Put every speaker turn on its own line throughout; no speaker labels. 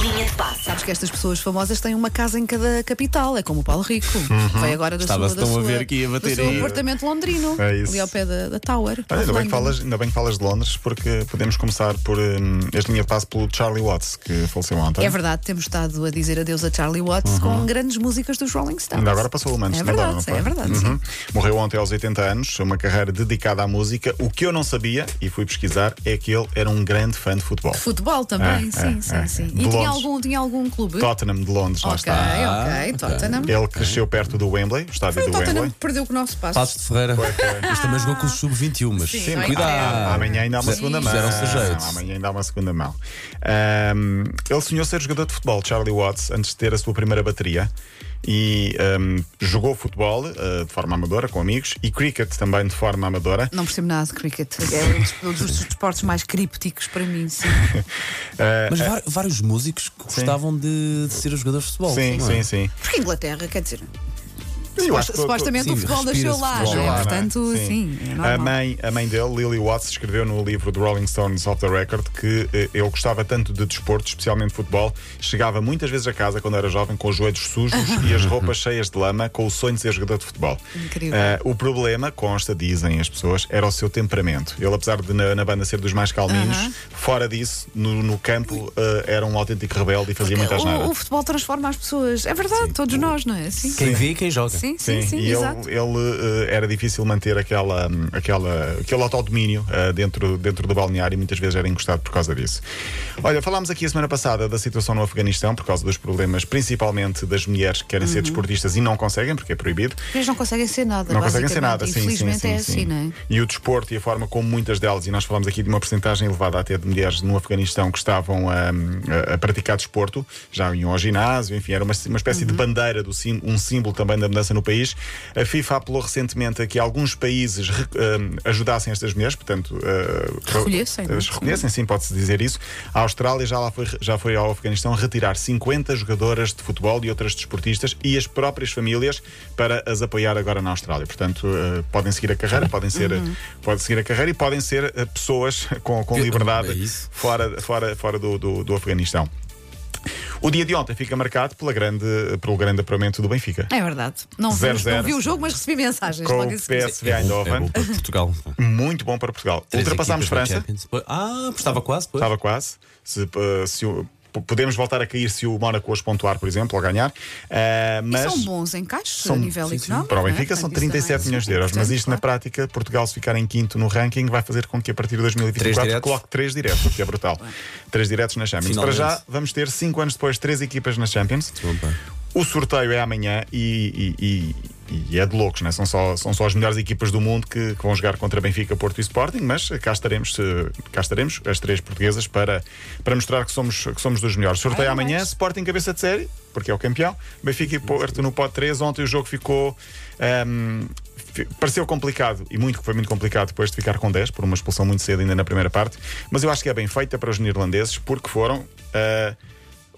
linha de passe.
Sabes que estas pessoas famosas têm uma casa em cada capital, é como o Paulo Rico.
Uhum.
Vai agora da
Estava-se
sua, da
tão a
sua-
ver que ia bater
do seu
aí.
apartamento londrino,
É isso.
ali ao pé da, da Tower.
Olha, ainda, bem que
London.
falas, ainda bem que falas de Londres, porque podemos começar por hum, este linha de passo pelo Charlie Watts, que faleceu ontem.
É verdade, temos estado a dizer adeus a Charlie Watts com grandes músicas dos Rolling Stones.
Uhum. Ainda agora passou o Manchester,
É
não
verdade,
foi?
é verdade. sim.
Uhum. Morreu ontem aos 80 anos, uma carreira dedicada à música. O que eu não sabia, e fui pesquisar, é que ele era um grande fã de futebol.
Futebol também,
É,
sim,
é,
sim,
é.
sim.
De
E tinha
Londres.
algum, tinha algum clube?
Tottenham de Londres, lá
ok,
está.
ok, Tottenham.
Ele cresceu perto do Wembley, o estádio
Foi o
do
Tottenham
Wembley.
que perdeu com o nosso passo.
Passos de Ferreira. Mas também jogou com os sub-21, mas
Sim,
mas
cuidado.
Amanhã ainda há uma
Sim.
segunda mão.
Fizeram-se jeito.
Não, Amanhã ainda há uma segunda mão. Ahm, ele sonhou ser jogador de futebol, Charlie Watts, antes de ter a sua primeira bateria. E ahm, jogou futebol ah, de forma amadora, com amigos, e cricket também de forma amadora.
Não percebo nada de cricket. É um dos- um dos desportos mais crípticos para mim, sim.
Mas var- vários músicos que gostavam de, de ser jogadores de futebol.
Sim,
não é?
sim, sim.
Porque Inglaterra, quer dizer,
Eu acho que-
supostamente o
sim,
futebol
respira-se
nasceu lá,
futebol
não é?
lá, não
é?
Portanto, sim, é normal.
a, mãe, a mãe dele, Lily Watts, escreveu no livro do Rolling Stones of the Record que eh, eu gostava tanto de desporto, especialmente futebol. Chegava muitas vezes a casa quando era jovem com os joelhos sujos e as roupas cheias de lama, com o sonho de ser jogador de futebol.
Incrível.
Eh, o problema, consta, dizem as pessoas, era o seu temperamento. Ele, apesar de na, na banda ser dos mais calminhos,
Aham.
fora disso, no, no campo, eh, era um autêntico rebelde e fazia muitas nada.
o, o futebol transforma as pessoas. É verdade, todos nós, não é? Sim,
Quem vê e quem joga.
sim, sim, sim,
e ele,
exato.
ele, eh, era difícil manter aquela, hum, aquela, aquele autodomínio eh, dentro, dentro do balneário e muitas vezes era encostado por causa disso. Olha, falámos aqui a semana passada da situação no Afeganistão por causa dos problemas, principalmente das mulheres que querem
Uhum.
ser desportistas e não conseguem, porque é proibido.
Eles não conseguem ser nada.
Não conseguem ser
basicamente.
nada, sim, sim,
Infelizmente
sim,
é
sim.
assim, não é?
E o desporto e a forma como muitas delas, e nós falamos aqui de uma porcentagem elevada até de mulheres no Afeganistão que estavam a, a- a praticar desporto, já iam ao ginásio, enfim, era uma, uma espécie
Uhum.
de bandeira, do sim- um símbolo também da mudança no país. A FIFA apelou recentemente a que alguns países re- eh, ajudassem estas mulheres, portanto, eh,
Recolhessem, não é?
eh, recolhessem, sim, pode-se dizer isso. A Austrália já, lá foi, já foi ao Afeganistão retirar 50 jogadoras de futebol e outras desportistas e as próprias famílias para as apoiar agora na Austrália. Portanto, eh, podem seguir a carreira, podem ser,
Uhum.
podem seguir a carreira e podem ser eh, pessoas com, com
Que-
liberdade
é isso.
fora, fora, fora do, do, do Afeganistão. O dia de ontem fica marcado pela grande, pelo grande apuramento do Benfica.
É verdade. Não, vi-
Zero, zero.
não vi o jogo, mas recebi mensagens
Com
logo
o
em seguida.
PSV Eindhoven.
É para Portugal.
Muito bom para Portugal.
Três
Ultrapassámos
equipas na
França.
Champions. Pois- Ah, pois estava quase. Pois.
Estava quase. Se, eh, se o- p- podemos voltar a cair se o Mónaco hoje pontuar, por exemplo, ou ganhar. Eh,
E
mas
são bons encaixes a
são-
nível
sim, sim.
económico.
Para o
não é?
Benfica são
Portanto, isso também
37
é
milhões de euros, mas
importante, é?
isto na
claro.
prática, Portugal se ficar em quinto no ranking vai fazer com que a partir de
Três
2024
diretos.
coloque três diretos, o que é brutal. três diretos na Champions.
Finalmente.
Para já, vamos ter cinco anos depois três equipas na Champions.
Opa.
O sorteio é amanhã e, e- e- e é de loucos, né? são, só, são só as melhores equipas do mundo que, que vão jogar contra Benfica, Porto e Sporting, mas cá estaremos, eh, cá estaremos as três portuguesas, para, para mostrar que somos, que somos dos melhores. Sorteio
Ai,
amanhã,
mas-
Sporting cabeça de série, porque é o campeão, Benfica e Porto no pot 3. Ontem o jogo ficou. ehm, fi- Pareceu complicado e muito, foi muito complicado depois de ficar com 10 por uma expulsão muito cedo, ainda na primeira parte. Mas eu acho que é bem feita para os neerlandeses porque foram ah,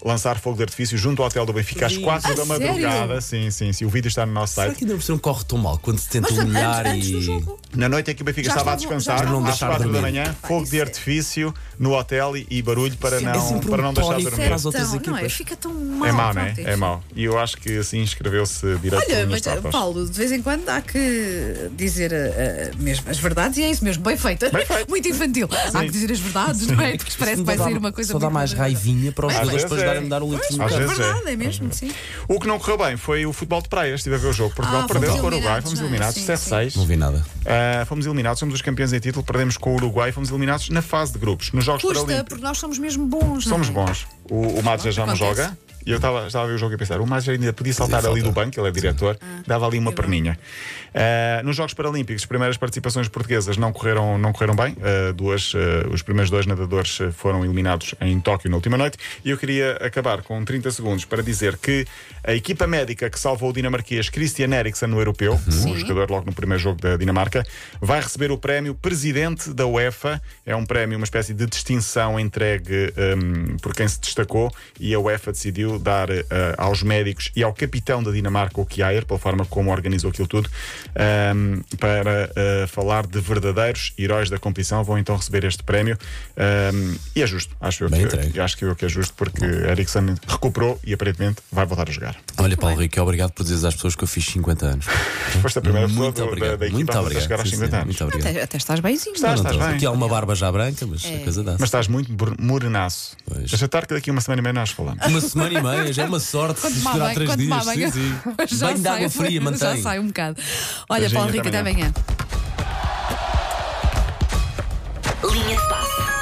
lançar fogo de artifício junto ao hotel do Benfica às
Sim.
4
Ah,
da
sério?
madrugada. Sim, sim, sim. O vídeo está no nosso
Será que
site.
ainda não corre tão mal quando se tenta
Mas antes,
humilhar
antes
e.
do jogo.
Na noite em que o Benfica
Já
estava a
estavam- já
descansar,
estavam
às
a
4 da
dormir.
manhã,
Pá,
fogo
isso
de
é-
artifício no hotel e, e barulho para
Sim, é
não,
sempre um
para não deixar
tónico.
dormir.
As outras
Então, não é?
equipas.
Fica tão mal.
é mau, não é?
pronto,
É
enfim.
mau. E eu acho que assim inscreveu-se direto
Olha,
nas
mas eh,
tapas.
Paulo, de vez em quando há que dizer ah, ah, mesmo as verdades e é isso mesmo, bem feita. muito infantil. Há que dizer as verdades, não é? Porque parece que vai
Só dá-
sair uma coisa
Só dá
muito
mais
moderna.
raivinha para os
Às
jogadores
vezes
depois
é.
darem dar um o
Pois,
litro no
mas
Às
é
campo.
vezes é.
verdade, é mesmo, sim.
O que não correu bem foi o futebol de praia. Estive a ver o jogo. Portugal
Ah, fomos
perdeu com o Uruguai,
eliminados,
fomos
não é?
eliminados,
Sim,
7-6.
Não vi nada.
Ah, fomos eliminados, somos os campeões em título, perdemos com o Uruguai, fomos eliminados na fase de grupos, nos Jogos
Custa,
Paralímpicos.
porque nós somos mesmo bons. não
Somos
é?
bons. O, o Madja já não
Acontece.
joga. E eu estava estava a ver o jogo e a pensar, o Madja ainda podia saltar ali
saltar.
do banco, ele é diretor, dava ali uma perninha. Ah, nos Jogos Paralímpicos, as primeiras participações portuguesas não correram, não correram bem. Ah, duas, ah, os primeiros dois nadadores ah, foram eliminados em Tóquio na última noite. E eu queria acabar com 30 segundos para dizer que a equipa médica que salvou o dinamarquês Christian Eriksen no europeu, o jogador logo no primeiro jogo da Dinamarca, vai receber o prémio Presidente da UEFA. É um prémio, uma espécie de distinção entregue hum, por quem se destacou e a UEFA decidiu conseguiu dar eh, aos médicos e ao capitão da Dinamarca, o Kjaer, pela forma como organizou aquilo tudo, ehm, para eh, falar de verdadeiros heróis da competição. Vão então receber este prémio. ehm, e é justo, acho eu,
Bem
que,
entregue.
acho que eu que é justo, porque Eriksen recuperou e aparentemente vai voltar a jogar.
Olha, Paulo Rico, obrigado por dizeres às pessoas que eu fiz 50 anos.
Foste a primeira pessoa
muito
do- da,
obrigado.
da equipa
muito
a voltar a
obrigado.
chegar aos
sim,
50
senhor,
anos.
Muito obrigado.
Até, até estás bemzinho.
Ah, Estás,
Não,
estás
não,
bem.
Aqui há uma barba já branca, mas
É.
a coisa dá.
Mas estás muito br- morenaço.
Pois.
Deixa estar que daqui a uma semana e meia nós falamos.
Uma semana e meia, já é uma sorte se
Quanto
isto
má
durar
banha,
três
quanto má
dias. Sim,
banha.
sim.
Já
Banho de água
sai-
fria,
Já
mantém.
sai um bocado. Olha,
Beijinho,
Paulo Rico,
até
até
amanhã.
amanhã.
Linha de passe.